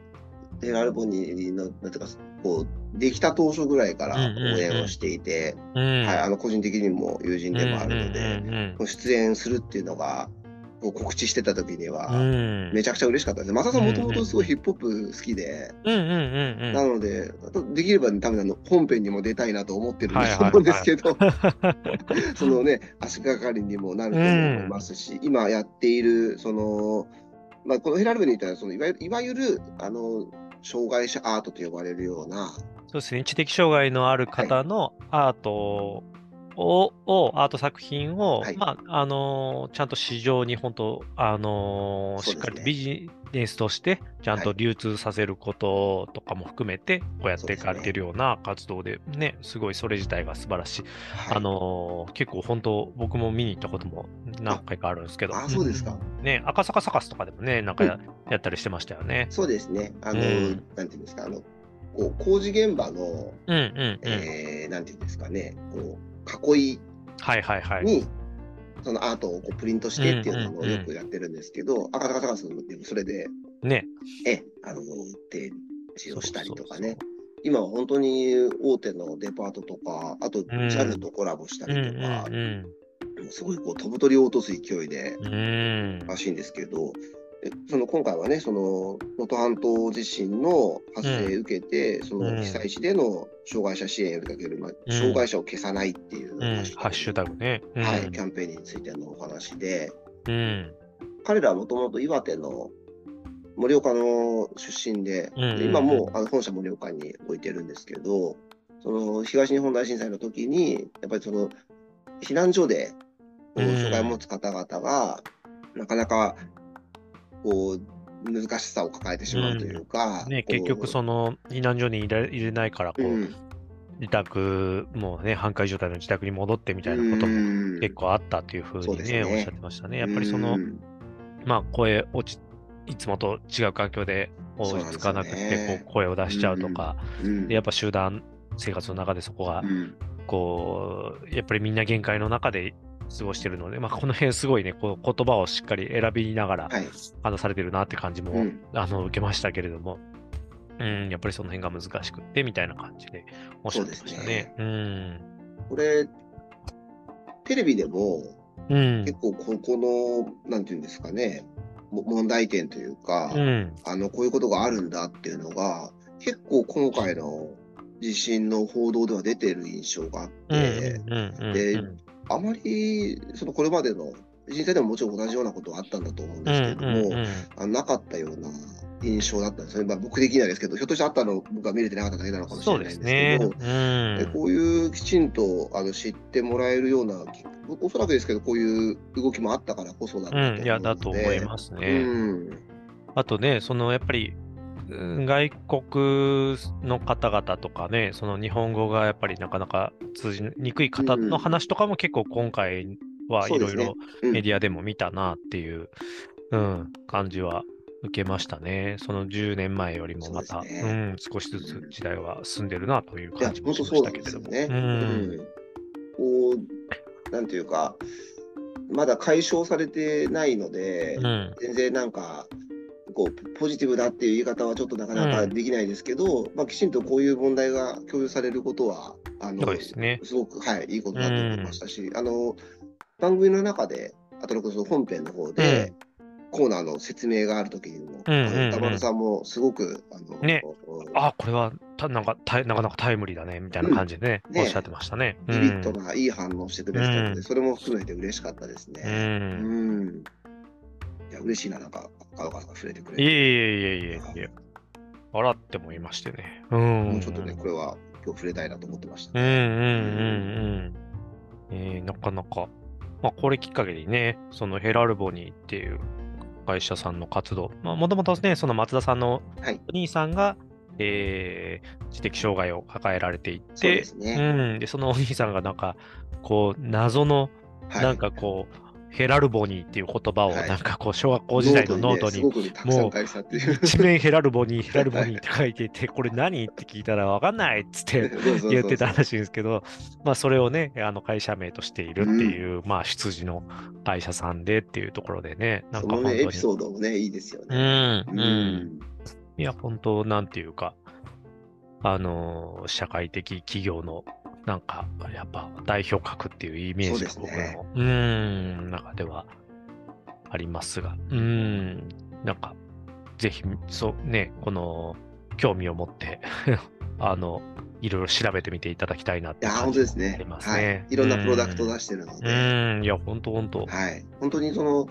A: デラルボニーの、なんていうか、こう、できた当初ぐらいから
B: うんうんうん
A: 応援をしていて、
B: うん、
A: はい、あの個人的にも友人でもあるので
B: う、ん
A: こう出演するっていうのが、こう告知してた時に
B: うんうん
A: は、
B: うん。
A: めちゃくちゃ嬉しかったです。マサさんもともとすごい
B: うん
A: ヒップホップ好きで、
B: うんうんうんうん。
A: なので、あとできれば、ね、多分あの本編にも出たいなと思ってるん
B: はい
A: だ
B: は
A: と
B: いはい
A: 思うんですけ ど、そのね、足がかりにもなると思いますし、今やっている、その、まあ、このヘラルブにいたらそのいわゆる、いわゆる、あの、障害者アートと呼ばれるような、
B: そうですね、知的障害のある方のアートを、をアート作品を、
A: はい
B: まああのーちゃんと市場に本当、あのー
A: そうですね
B: しっかりビジネスとして、ちゃんと
A: は
B: 流通させることとかも含めて、こうやっていかれてるような活動でね、すごいそれ自体が素晴らしい。
A: はい
B: あのー結構本当、僕も見に行ったことも何回かあるんですけど、
A: あそうですか
B: んね、赤坂サカスとかでもね、なんかや,、
A: う
B: やったりしてましたよね。
A: そうですね、あの、
B: うん
A: なんていうんですか、あの、こう工事現場の、
B: うんうんうん。
A: えーなんていうんですかね、こう、囲い
B: はいはいはい。
A: に、そのアートをこうプリントしてっていうのを
B: うんうんうん
A: よくやってるんですけど、赤坂サカスでもそれで、
B: ね。
A: え、あの、提示をしたりとか
B: そうそう
A: ね
B: そう。
A: 今は本当に大手のデパートとか、あと
B: ん
A: JAL とコラボした
B: うん
A: りとか、
B: うん
A: すごいこう飛ぶ鳥を落とす勢いで
B: うん。うん。
A: らしいんですけど、えその今回はね、その能登半島地震の発生受けて、その被災地での障害者支援を呼びかける、まあ
B: ん
A: 障害者を消さないっていう
B: うんハッシュタグね。うん
A: はい、キャンペーンについてのお話で、
B: うん。
A: 彼らはもともと岩手の盛岡の出身で、
B: うんうんうん
A: で今もうあの本社盛岡に置いてるんですけど、その東日本大震災の時に、やっぱりその避難所でこう
B: うん
A: 障害を持つ方々が、なかなかこう難しさを抱えてしまうというか、
B: ね、
A: こう
B: 結局、その避難所に入れ入れないからこう、
A: うん、
B: 自宅、もうね、半壊状態の自宅に戻ってみたいなことも
A: も
B: 結構あったというふう
A: そう
B: に
A: です
B: ね、
A: ね
B: おっしゃってましたね。やっぱりその、まあ、声落ち、いつもと違う環境で
A: そう
B: 落
A: なんですよ
B: ち
A: ね
B: 着かなくて、こう声を出しちゃうとか、でやっ
A: ぱ、
B: ぱ集団生活の中でそこが
A: うん
B: こう、やっぱりみんな限界の中で過ごしてるので、まあ、この辺すごいね、こう言葉をしっかり選びながら
A: はい
B: 話されてるなって感じも、
A: うん
B: あの受けましたけれども、うん、やっぱりその辺が難しくってみたいな感じでおっしゃってましたね。うん
A: これテレビでも
B: うん
A: 結構ここの、なんていうんですかね、も問題点というか、
B: うん
A: あの、こういうことがあるんだっていうのが、結構今回の地震の報道では出てる印象があっ
B: うん
A: て、
B: うんうんうん
A: であまり、そのこれまでの人生でももちろん同じようなことはあったんだと思うんですけれども、
B: うんうんうん
A: あなかったような印象だったんですよね。まあ、僕できないですけど、ひょっとしたらあったの僕が見れてなかっただけなのかもしれ
B: そう
A: ないん
B: で
A: です
B: す
A: け
B: ね。
A: ど、
B: うん
A: でこういうきちんとあの知ってもらえるような、おおそらくですけど、こういう動きもあったからこそだったと思うの
B: う
A: で、
B: ん、いや、だと思います
A: う
B: ね。
A: ん。
B: あとね、そのやっぱり、うん外国の方々とかね、その日本語がやっぱりなかなか通じにくい方の話とかも結構今回は
A: そ
B: いう
A: で
B: ろい
A: すね
B: ろ
A: うん
B: メディアでも見たなっていう、うん、感じは受けましたね。その10年前よりもまた、
A: そう
B: う
A: です
B: ん、少しずつ時代は進んでるなという
A: いや
B: 感じ、も
A: 本
B: し
A: 当
B: ま
A: そうな
B: し
A: ん
B: たけ
A: で
B: れ
A: すよ
B: ども。
A: ね。
B: うん
A: こう、なんていうか、まだ解消されてないので、
B: うん
A: 全然なんか、こうポジティブだっていう言い方はちょっとなかなか
B: うん
A: できないですけど、まあ、きちんとこういう問題が共有されることは、あの
B: そうですね。
A: すごく、はい、いいことだと思いましたし、あの番組の中で、あとのこそ本編の方で、コーナーの説明がある時にも、
B: うんうんうん
A: あの歌丸さんもすごく、あの
B: ね
A: こう
B: あ、これはたなんかタイなかなかタイムリーだねみたいな感じでね、
A: うんね
B: おっしゃってましたね。
A: ビビッと
B: うん
A: ないい反応してくれてたので、
B: うん
A: それも含めて嬉しかったです
B: う
A: ね。うんん。いや、嬉しいな、なんか、川川さんが触れてくれ
B: いえい
A: て。
B: えいえいえいえ。笑ってもいましてね。うん。
A: もうちょっとね、これは今日触れたいなと思ってました。
B: うんうんうんうん。えーなかなか。まあ、これきっかけにね、そのヘラルボニーっていう会社さんの活動、まあ、もともとね、その松田さんの
A: はい
B: お兄さんが、えー知的障害を抱えられてい
A: そう
B: て
A: で、すね。
B: うん、で、そのお兄さんがなんか、こう、謎の、
A: はい
B: なんかこう、ヘラルボニーっていう言葉を、
A: はい
B: なんかこう、小学校時代のノート
A: ねす
B: に、
A: ごくねたくさん返したっていう。
B: 一面ヘラルボ ニー、ヘラルボニーって書いていて、これ何って聞いたらわかんないっつって言ってたらしいんですけど、まあ、それをね、あの会社名としているっていう、まあ、出自の会社さんでっていうところでね、なん
A: そ
B: か
A: の
B: 本当
A: ね、
B: に。
A: エピソードもね、いいですよ
B: う
A: ね。
B: ん、
A: う
B: うん。
A: ん
B: いや、本当、なんていうか、あのー社会的企業の、なんか、やっぱ代表格っていうイメージが
A: そうで
B: 僕
A: すね
B: の、うーん、中ではありますが、うーん、なんか、ぜひ、そう、ね、この、興味を持って、 あの、いろいろ調べてみていただきたいなっ
A: い
B: て
A: や、
B: 感
A: 本
B: じ
A: 当です
B: あ
A: ね
B: り。ます
A: は
B: ね
A: い。いろんなプロダクト出してるの
B: う
A: で、
B: ーん、いや、本当、本当。
A: はい。本当にその、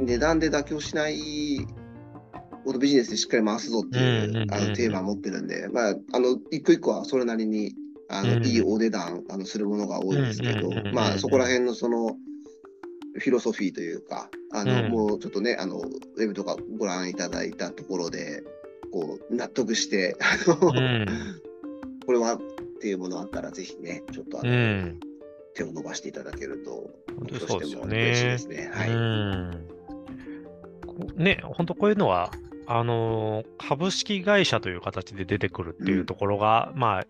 A: 値段で妥協しないことビジネスでしっかり回すぞって
B: うんうんう
A: い
B: ん
A: うあのテーマを持ってるんで、まあ、あの、一個一個はそれなりに、あ
B: う
A: の
B: ん
A: いいお値段あのするものが多いんですけど
B: うんうんうんうんう、ん
A: まあ、そこら辺のその、フィロソフィーというか、あの、
B: うん
A: もうちょっとね、あの、ウェブとかご覧いただいたところで、こう、納得して、あの、
B: うん、
A: これはっていうものあったら、ぜひね、ちょっとあ
B: う
A: の、
B: ん、
A: 手を伸ばしていただけると、
B: 本当
A: 僕と
B: そ う
A: し
B: で
A: て
B: す
A: も
B: よ
A: 嬉しい
B: ね
A: で。すね。はい。
B: うんこね、本当こういうのは、あのー株式会社という形で出てくるっていうところが、まあ、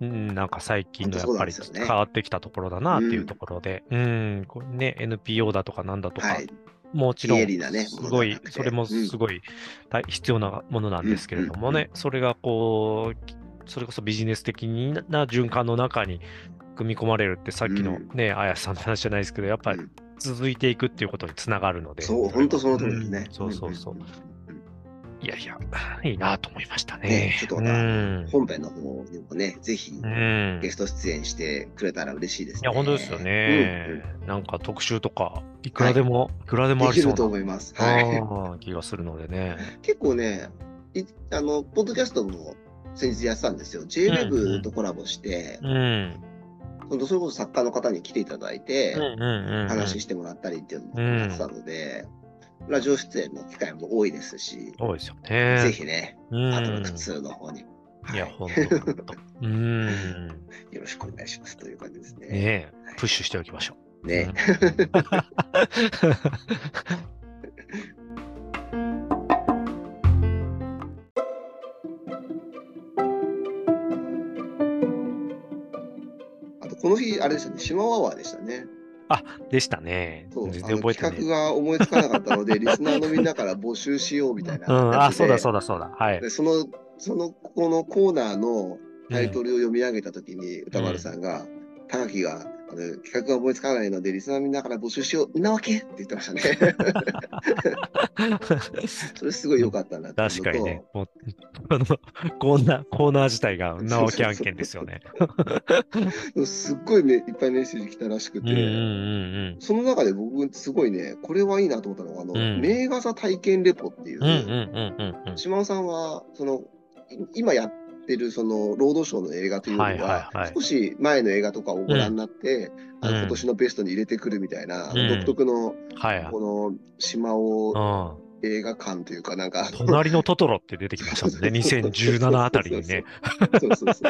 B: うんなんか最近のやっぱり
A: 本当そうなんですよね
B: 変わってきたところだなっていうところで、うん、これね、NPO だとかなんだとか、
A: はい。
B: もちろ
A: 非
B: ん、
A: 営利なね
B: すご
A: ものでは
B: い
A: なく、て
B: それもすごい大必要なものなんですけれどもね、それがこう、きそれこそビジネス的な循環の中に組み込まれるって、さっきの
A: うん
B: ね、あやさんの話じゃないですけど、やっぱり
A: うん
B: 続いていくっていうことにつながるので。
A: そう、
B: れは
A: 本当その通りですね
B: う。んそうそうそう。
A: ん。
B: いやいや、いいなと思いました
A: ね
B: ね。
A: ちょっとまた
B: うん。
A: 本編の方にもね、ぜひ
B: うん
A: ゲスト出演してくれたら嬉しいですね。
B: いや、本当ですよ
A: うんうん
B: ね。なんか特集とか、いくらでも、いくらでもあ
A: でき
B: りそう
A: ると
B: な
A: 思います。は
B: あー気がするのでね。
A: い。結構ね、いあの、ポッドキャストも先日やってたんですよ。
B: うんう
A: JWEB
B: ん
A: とコラボして、
B: うん。うん
A: そのそれこそ作家の方に来ていただいて、
B: うんうんうん。
A: 話してもらったりっていうのもやってたので、ラジオ出演の機会も多いですし、
B: そうですよね。
A: ぜ。ひね、
B: うん。
A: あとの普通の方に、はい
B: や、
A: い、
B: ほんとほんと。 うん。ね
A: よろしくお願いしますという感じですね。
B: え、プッシュしておきましょう。
A: ね。 あと、この日、あれでしたね、シマワワーでしたね。
B: でしたね。
A: そう
B: 全
A: あ
B: 然
A: の
B: 覚えて
A: 企
B: ない。
A: 画が思いつかなかったの で、リスナーのみんなから募集しようみたいな
B: うん、あ、
A: やつで。
B: そうだそうだそうだ。はい。
A: でその、その、このコーナーのタイト
B: ル
A: ルを読み上げたときに、歌丸さんが、高木が、あの企画が思いつかないので、リスナーみんなから募集しよう、んなわけって言ってましたね。それすごい良かったなっていうのと
B: 確かにね。もう、あの、 コーナー、コーナー自体がんなわけ案件ですよね。
A: でもすっごいめいっぱいメッセージ来たらしく
B: うん
A: て、
B: うんうん
A: その中で僕、すごいね、これはいいなと思ったのが、あの、
B: うん
A: 名画座体験レポっていう、
B: うん。うんうんうんうん
A: 島尾さんは、その、い今やってる、その、労働省の映画というのは、
B: はいはいはい
A: 少し前の映画とかをご覧になって、あの
B: うん
A: 今年のベストに入れてくるみたいな、
B: うん
A: 独特の、
B: うん。はいはい。
A: この、島尾
B: うん
A: 映画館というか、なんか、
B: 隣のトトロって出てきましたもんね、2017あたりにね。
A: そうそうそう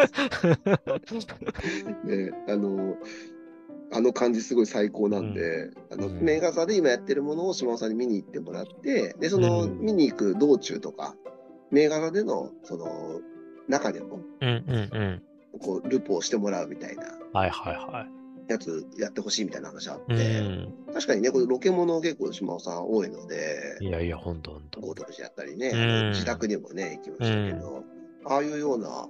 A: ね、あの、あの感じすごい最高なんで、あの、
B: うん
A: 名画座で今やってるものを島尾さんに見に行ってもらって、で、その、
B: うん
A: 見に行く道中とか、名画座での、その、中でも、
B: うんうんうん。
A: こう、ルポをしてもらうみたいな
B: はいはいは
A: やつやってほしいみたいな話あっ
B: い。う
A: て、
B: ん。
A: 確かにね、これロケもの結構島尾さん多いので、
B: いやいや、ほんとほんと。
A: 豪徳寺やったりね、
B: うん
A: 自宅にもね、行きましたけど、ああいうような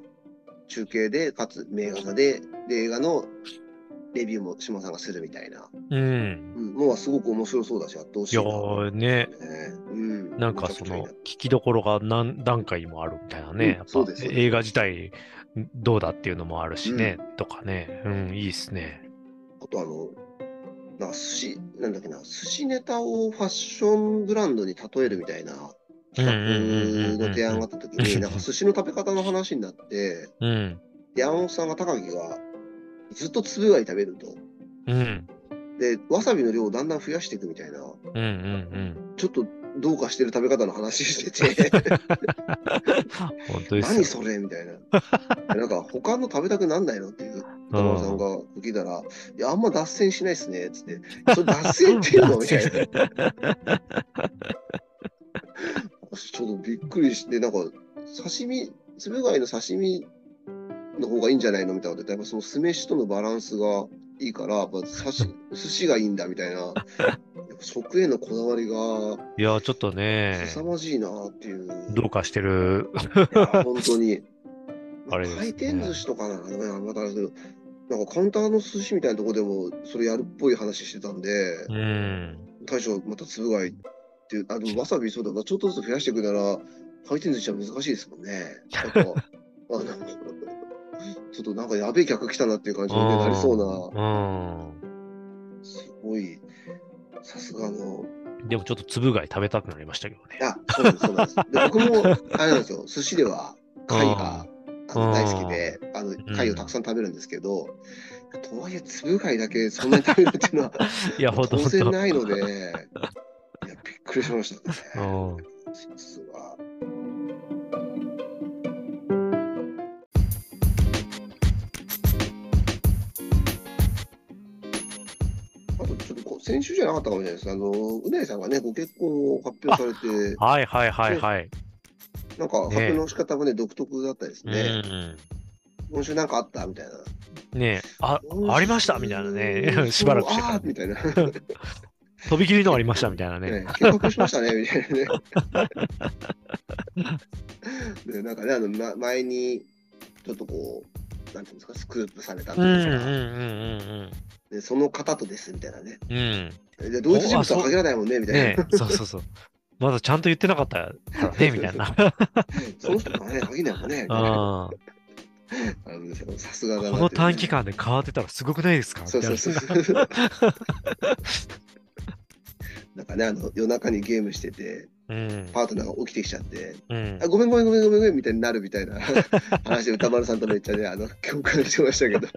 A: 中継で、かつ名画座で、で映画のレビューも島さんがするみたいな、
B: うん。
A: うん、のはすごく面白そうだし、やってほし
B: い
A: い
B: や
A: な、
B: ーね、
A: ねうん、
B: なんか
A: めち
B: そ
A: ゃくちゃいい
B: の
A: な
B: 聞きどころが何段階もあるみたいなね、
A: うん
B: やっぱ
A: そうですそうです
B: 映画自体どうだっていうのもあるしね、とかね、うん、いいっすね。
A: あとあの、なんか寿司、なんだっけな、寿司ネタをファッションブランドに例えるみたいな企画の提案があった時
B: うんうんうんうんう
A: に、
B: ん
A: なんか寿司の食べ方の話になって、
B: うん、
A: 山本さんが高木がずっとつぶ貝食べると。
B: うん、
A: で、わさびの量をだんだん増やしていくみたいな、
B: うん、うん、うん。
A: ちょっとどうかしてる食べ方の話してて、
B: 本当です
A: 何
B: よ。
A: それみたいな。 なんか、他の食べたくなんないのっていう、
B: う
A: 田
B: ん
A: 中さんが聞いたら、いや、あんま脱線しないっすね、つって。それ脱線っていうのみたいな。 ちょっとびっくりして、なんか、刺身、つぶ貝の刺身の方がいいんじゃないのみたいなこと言ったらやっぱその酢飯とのバランスがいいから、やっぱ刺 し寿司がいいんだみたいな、やっぱ食へのこだわ りが
B: いや、ちょっとね、
A: 凄まじいなっていう。
B: どうかしてる。
A: いや本当に。
B: あれですね
A: 回転寿司とかなのかな、またあれだけど、なんかカウンターの寿司みたいなとこでも、それやるっぽい話してたんで、
B: うん。
A: 大将、またつぶ貝っていう、あのわさびそうだな、ちょっとずつ増やしていくなら、回転寿司は難しいですもんね。 やっぱあなんか ちょっとなんかやべえ客来たなっていう感じにねなりそう
B: う
A: な、
B: ん。
A: すごい、さすがの、
B: でもちょっとつぶ貝食べたくなりましたけどね。
A: あ、そうなんです、そうなんです。で僕も、あれなんですよ、寿司では貝があの
B: うん
A: 大好きで、あの貝をたくさん食べるんですけど、とはいえ、つぶ貝だけそんなに食べるっていうのは
B: いや、 ほんと
A: 当
B: ほん
A: 然
B: と。
A: ないので、いやびっくりしましたね。
B: うん
A: 実は。あとちょっとこう先週じゃなかったかもしれないですあのうなぎさんがね、ご結婚を発表されて、
B: はいはいはいはい。
A: なんか発表の仕方もね、独特だったですね。
B: う
A: 今週なんかあったみたいな。
B: ん。ねえ、あ、ありましたみたいなね。しばらくしてか
A: あ
B: ら
A: ーみたいな。
B: 飛び切りのありましたみたいなね。
A: ね、結婚しましたね、みたいなね。で、なんかね、あの、ま、前に、ちょっとこう、なんていうんですか、スクープされたん
B: うんうん
A: です
B: うん
A: が、
B: うん
A: でその方とです、みたいなね。
B: うん。うん。
A: で、同一人物とは限らないもんね、みたいな。
B: ねえ、そうそうそう。まだちゃんと言ってなかったからね、みた いな。
A: その人とはね、限らないもんね、みたいな。
B: あー
A: あのさすがだなって
B: この短期。間で変わってたらすごくないですかみた
A: そ
B: いうな
A: そうそう。 なんかね、あの、夜中にゲームしてて、
B: うん。
A: パートナーが起きてきちゃって、
B: うん
A: あ。ごめんごめんごめんごめんごめんみたいになるみたいな 話で歌丸さんとめっちゃねあの共感してましたけど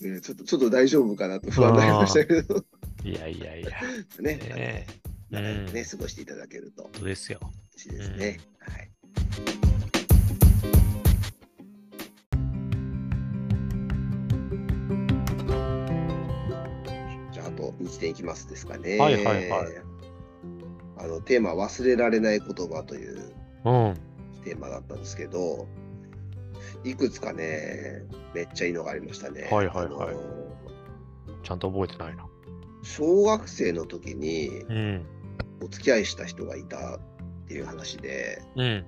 A: ねちょっとちょっと大丈夫かなと不安になりましたけど
B: いやいやいや。
A: ね
B: ねえ。う
A: 仲良
B: ん。
A: く ね
B: 本
A: 過ごしていただけると
B: 当ですよ。
A: 嬉しいですね、はいじゃああと日点いきますですかね
B: はいはいはい
A: あのテーマ「忘れられない言葉」という
B: うん。
A: テーマだったんですけど、いくつかね、めっちゃいいのがありましたね。
B: はいはいは
A: あ
B: い
A: の
B: ちゃんと覚えてないな。
A: 小学生の時に
B: うん。
A: お付き合いした人がいたっていう話で、
B: うん。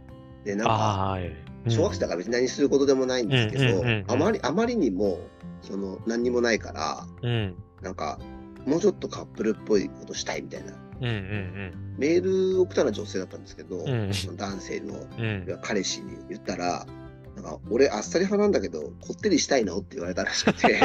A: で、なんか、
B: ああー、はい。
A: 小学生だから別に何することでもないんですけ
B: う
A: ど
B: んうんうんうん、
A: あまり、あまりにも、その、何にもないから、
B: うん。
A: なんか、もうちょっとカップルっぽいことしたいみたいな。
B: うんうん
A: メール送ったのは女性だったんですけど、
B: ん
A: その男性の
B: うん。うん。
A: 彼氏に言ったら、なんか俺あっさり派なんだけど、こってりしたいのって言われたらしく て、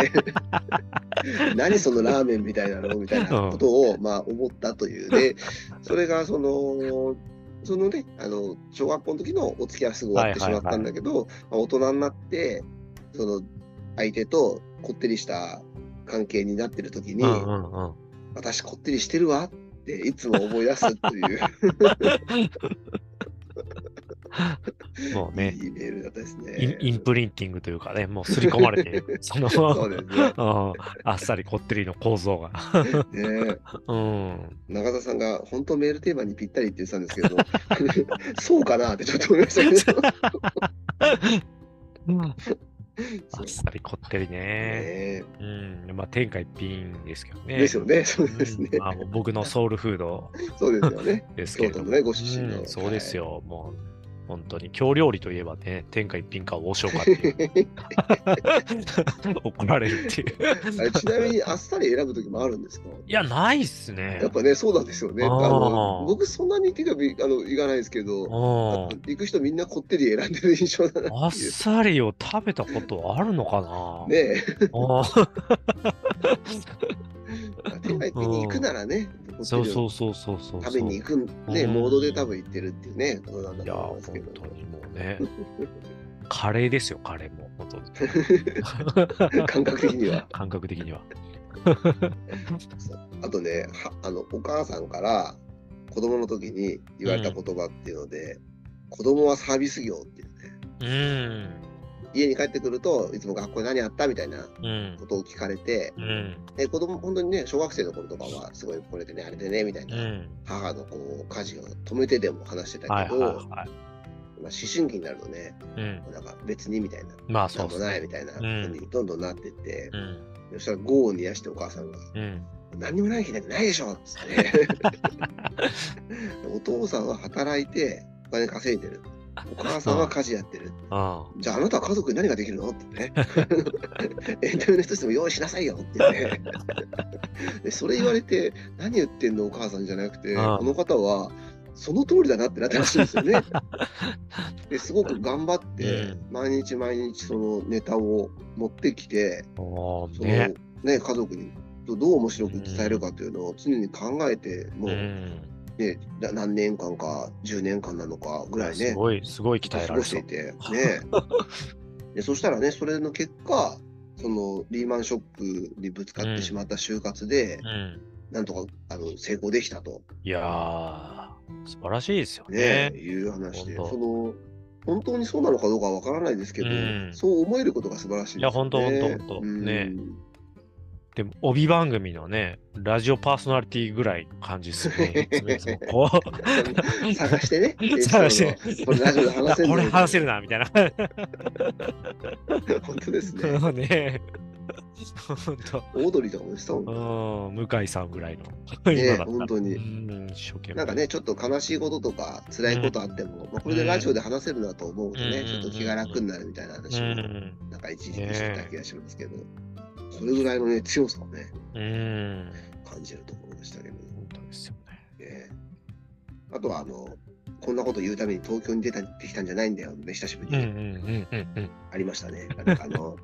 A: 何そのラーメンみたいなのみたいなことを、まあ思ったという。で、それがその、そのね、あの、小学校の時のお付き合いはすぐ終わってしまったんだけど、まあ大人になって、その、相手とこってりした関係になってる時に、
B: うんうんうん。
A: 私こってりしてるわっていつも思い出すっていう、
B: もう ね、
A: いいメールだったです
B: イン
A: ね。
B: インプリンティングというか ね、もう刷り込まれている。そ の、
A: そうですね。
B: うんあっさりこってりの構造が。
A: ねえ
B: うん。
A: 中田さんが本当メールテーマにぴったりって言ってたんですけど、 そうかなってちょっと思い ましたけど。
B: あ
A: そう
B: っさりこってりね。
A: ねえ
B: うん。まあ、天下一品ですけどね。
A: ですよね、そうですね
B: うん。まあ、もう僕のソウルフード
A: そうですよね。
B: です
A: 京
B: けれ
A: 都
B: ど
A: の
B: も。
A: ね、ご出身
B: う
A: の。
B: ん、そうですよ、もう本当に京料理といえばね天下一品か王将かっていう 怒られるっていう
A: はい。あれちなみにあっさり選ぶ時もあるんですか
B: いやないっすね
A: やっぱね、そうなんですよね。あ
B: あー
A: の僕、そんなに手がびあのいかないですけ
B: う
A: ど、
B: ん
A: 行く人みんなこってり選んでる印象だな
B: あっ
A: っていう。
B: さりを食べたことあるのかな、
A: ねえ
B: あ
A: 天外的に行くならね、
B: ーそう
A: こ
B: そ
A: っ
B: うそうそうそう
A: ちで食べに行く、ね、
B: うん
A: モードで多分行ってるっていうね、ことなんだ
B: いや
A: と思い
B: 本
A: ますけど。
B: 当にも うねカレーですよカレーも本当 に
A: 感覚的には
B: 感覚的には
A: あとねはあの、お母さんから子供の時に言われた言葉っていうので、子供はサービス業っていうね、
B: うん
A: 家に帰ってくるといつも学校で何やったみたいな
B: うん
A: ことを聞かれて、
B: うん
A: で子供本当にね、小学生の頃とかはすごいこれでね、あれでねみたいうな、
B: ん
A: 母のこう家事を止めてでも話して
B: は
A: た
B: い
A: け
B: はい
A: ど、
B: はい
A: まあ、思春期になるとね、
B: うん
A: なんか別にみたいな。
B: まあそ
A: なん
B: うで
A: も
B: すね
A: ないみたいな風にどんどんなってって、
B: うん
A: そしたら業を煮やしてお母さんが、
B: うん
A: 何にもない日なんてないでしょっつ って。お父さんは働いてお金稼いでる。お母さんは家事やってる。
B: あ
A: じゃああなたは家族に何ができるのって ね。エンタメの一つでも用意しなさいよってね。でそれ言われて、何言ってんのお母さんじゃなくて、
B: うん
A: あの方は、その通りだなってなったらしいんですよね。ですごく頑張って
B: う、
A: 毎日毎日そのネタを持ってきて、
B: あもう
A: そのね
B: ね
A: 家族にどう面白く伝えるかというのを常に考えて、も
B: う
A: う、
B: ん
A: ね、な何年間か10年間なのかぐらい
B: す
A: ね、
B: ごいすごい鍛え
A: 過
B: ら
A: ご
B: れ
A: して
B: そう
A: い て、ねで、そしたらね、それの結果、そのリーマンショックにぶつかっ
B: う
A: て
B: ん
A: しまった就活で、
B: うん
A: なんとかあの成功できたと、
B: いやー素晴らしいですよ
A: ね
B: ね
A: いう話で、
B: ほんと
A: その本当にそうなのかどうかはわからないですけど、
B: うん
A: そう思えることが素晴らしいですよね。
B: いやほんとほんとほんと
A: うん
B: ねでも帯番組のねラジオパーソナリティぐらい感じですねいつもいつもこう。
A: 探してね
B: 探して
A: エピ ソードをこれラジオで話せる
B: これ話せるなみたいな
A: 本当 ですね。
B: ね本当
A: オードリーとかもしたもんね。
B: うん向井さんぐらいの
A: ね
B: 今だった
A: 本
B: ら
A: 当
B: う
A: に。
B: ん一生懸命
A: なんかね、ちょっと悲しいこととか、辛いことあっても、まあ、これでラジオで話せるなと思うとね、
B: うん
A: ちょっと気が楽になるみたいな
B: う
A: 話も、
B: ん
A: なんか一時期してた気がしますけど、それぐらいのね、強さをね、
B: うん
A: 感じるところでしたけど、ね。
B: 本当ですよね
A: あとは、あの、こんなこと言うために東京に出た出てきたんじゃないんだよね、久しぶり
B: うん
A: に、
B: うんうんうん
A: ありましたね。なんかあの、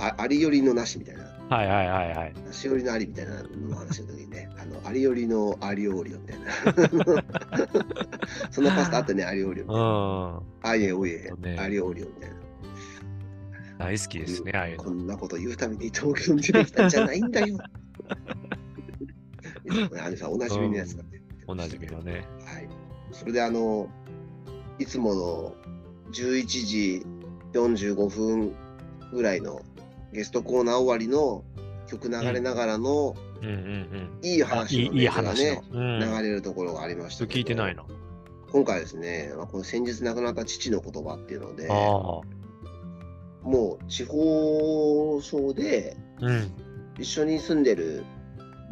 A: あありよりのなしみたいな。
B: うんはいはいはいはい
A: しおりのありみたいなのを話した時にね、あの、ありよりのありおりよみた いな。そんなパスタあったね、ありおりよみたいな。
B: うん
A: あいえおいえ
B: ね、
A: ありおりよみたいな。
B: 大好きですね、ああいう
A: こ
B: の。
A: んなこと言うために東京に出てきたんじゃないんだ よ。いやこれあれさ、おなじみのやつだね。
B: おなじみのね。
A: はい。それであの、いつもの11時45分ぐらいのゲストコーナー終わりの曲流れながらの、
B: うんうん
A: いい
B: うん。あい
A: 話
B: い
A: の
B: いい
A: メールが
B: 話の
A: ね、。
B: うん。
A: 流れるところがありました
B: それ
A: けど
B: 聞いてないな。
A: 今回ですね、まあこの先日亡くなった父の言葉っていうので、
B: ああ。
A: もう地方省で
B: うん。
A: 一緒に住んでる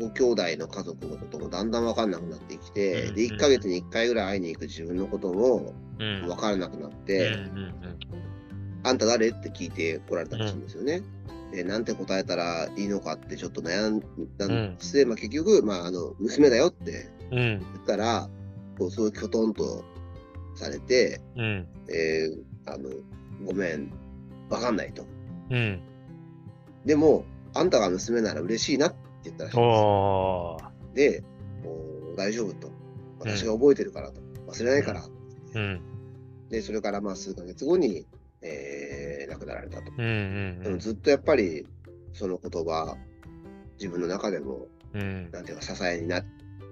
A: ご兄弟の家族のこともだんだん分かんなくなってきて、
B: うん
A: で1ヶ月に1回ぐらい会いに行く自分のことも
B: うん
A: 分からなくなっ
B: うん
A: て、あんた誰って聞いてこられたらしいんですよね。で、なんて答えたらいいのかってちょっと悩んだんです、まあ、結局、まあ、あの娘だよって
B: うんう
A: 言
B: ん
A: ったら、こうすごいきょとんとされて、
B: うん
A: えーあのごめん、分かんないと。
B: うん
A: でも、あんたが娘なら嬉しいなって言ったらしいんです。
B: おー
A: で、お大丈夫と。私が覚えてるからと。忘れないから。
B: うん
A: で、それからまあ数ヶ月後に、えー亡くなられたと。
B: うんうん
A: でもずっとやっぱりその言葉自分の中でも
B: うんうん
A: なんていうか支えになる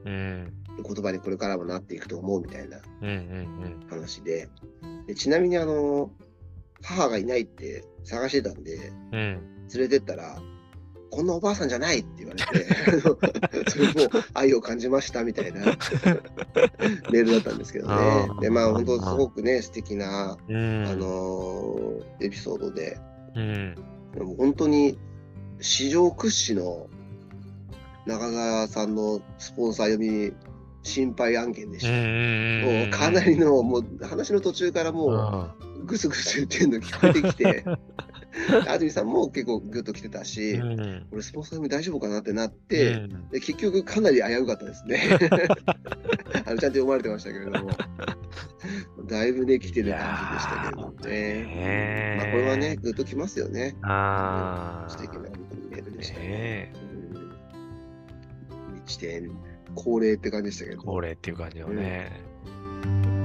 B: うん
A: 言葉にこれからもなっていくと思うみたいな
B: うんうん
A: 話ででちなみにあの母がいないって探してたんで
B: うんうん
A: 連れてったら「こんなおばあさんじゃない」って言われ てあのそれも愛を感じましたみたいなメールだったんですけどね
B: あー
A: でまあ本当すごくね素敵な
B: うん
A: あのエピソードで
B: うん
A: でも本当に市場屈指の中川さんのスポンサー読み心配案件でし
B: う
A: た。
B: んうん
A: もうかなりのもう話の途中からもうぐすぐす言ってるの聞こえてき て安住さんも結構グッと来てたし、
B: うんうん
A: 俺スポンサー読み大丈夫かなってなっ
B: う
A: て、
B: ん
A: で結局かなり危うかったですね あのちゃんと読まれてましたけれどもだいぶね来てる感じでしたけれどもね
B: いやー
A: まあ、これはねグッときますよね
B: ああ
A: 素敵なメールでしたね。
B: ねえ
A: うん一点恒例って感じでしたけど。
B: 恒例っていう感じよね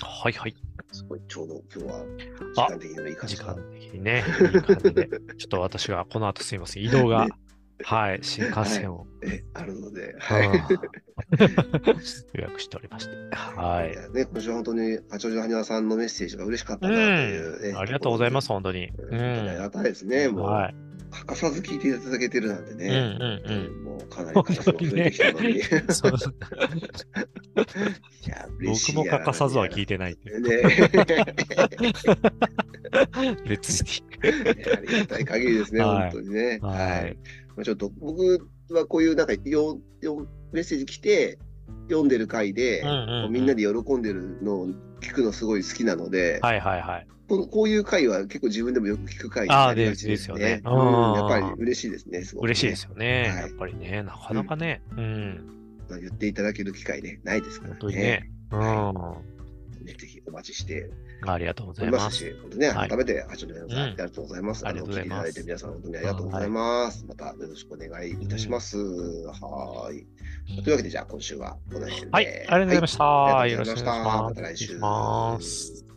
B: はいはいはい
A: すごいちょうど今日は時
B: あ
A: 間的にもいい感じ
B: 時
A: かな。
B: 間的にね、いい感じで。ちょっと私がこの後すいません、移動が、
A: ね
B: はい、新幹線を、
A: えあるので。
B: う
A: は。
B: ん予約しておりまして。はいい。
A: やね、今週は本当に八王子の羽生さんのメッセージが嬉しかったなという、ね
B: ありがとうございます、。本当に。
A: とこ
B: う
A: ろでうん、あり
B: ん。
A: がたいですね。もう、
B: はい。
A: 欠かさず聞いていただけてるなんて
B: うん
A: ね。
B: うんうん。
A: もうかなり数が増えてきたの に。い
B: そう
A: や嬉し
B: 僕
A: い
B: も
A: や
B: 欠かさずは聞いてないってい う。
A: ね。
B: 別に。
A: ねありがたい限りですね、
B: は
A: 本
B: い
A: 当にね。
B: はい。
A: まあ、ちょっと僕はこういうなんかよよメッセージ来て読んでる回で、
B: うんうんうん
A: こうみんなで喜んでるのを聞くのすごい好きなので、
B: はいはいはい。
A: このこういう回は結構自分でもよく聞く回に
B: あー
A: なりがち
B: ですですよね
A: う
B: うん
A: ん、やっぱり嬉しいですね、すごくね
B: 嬉しいですよね。
A: はい
B: やっぱりね、なかなかね。うん。
A: まあ言っていただける機会ね、ないですから
B: 本
A: ね。
B: 当にね。う
A: ねぜひお待ちして
B: ん。ありがとうご
A: お
B: ざい
A: りま
B: ますす。
A: し、本当ね、
B: はい
A: 改めて、八の皆さん、
B: うん
A: ありがとうございます。
B: あ
A: あ
B: り
A: の、
B: がとうご
A: 聞い
B: ざ
A: ていた
B: います
A: だいて、皆さん、本当にありがとうございます。また、よろしくお願いいたします。はい。というわけで、じゃあ、今週はこの辺で。
B: はい、ありがとうございました。
A: はいあり
B: よ
A: が
B: ろ
A: と
B: し
A: う
B: く
A: ご
B: お
A: ざいました
B: 願いします。
A: また来週。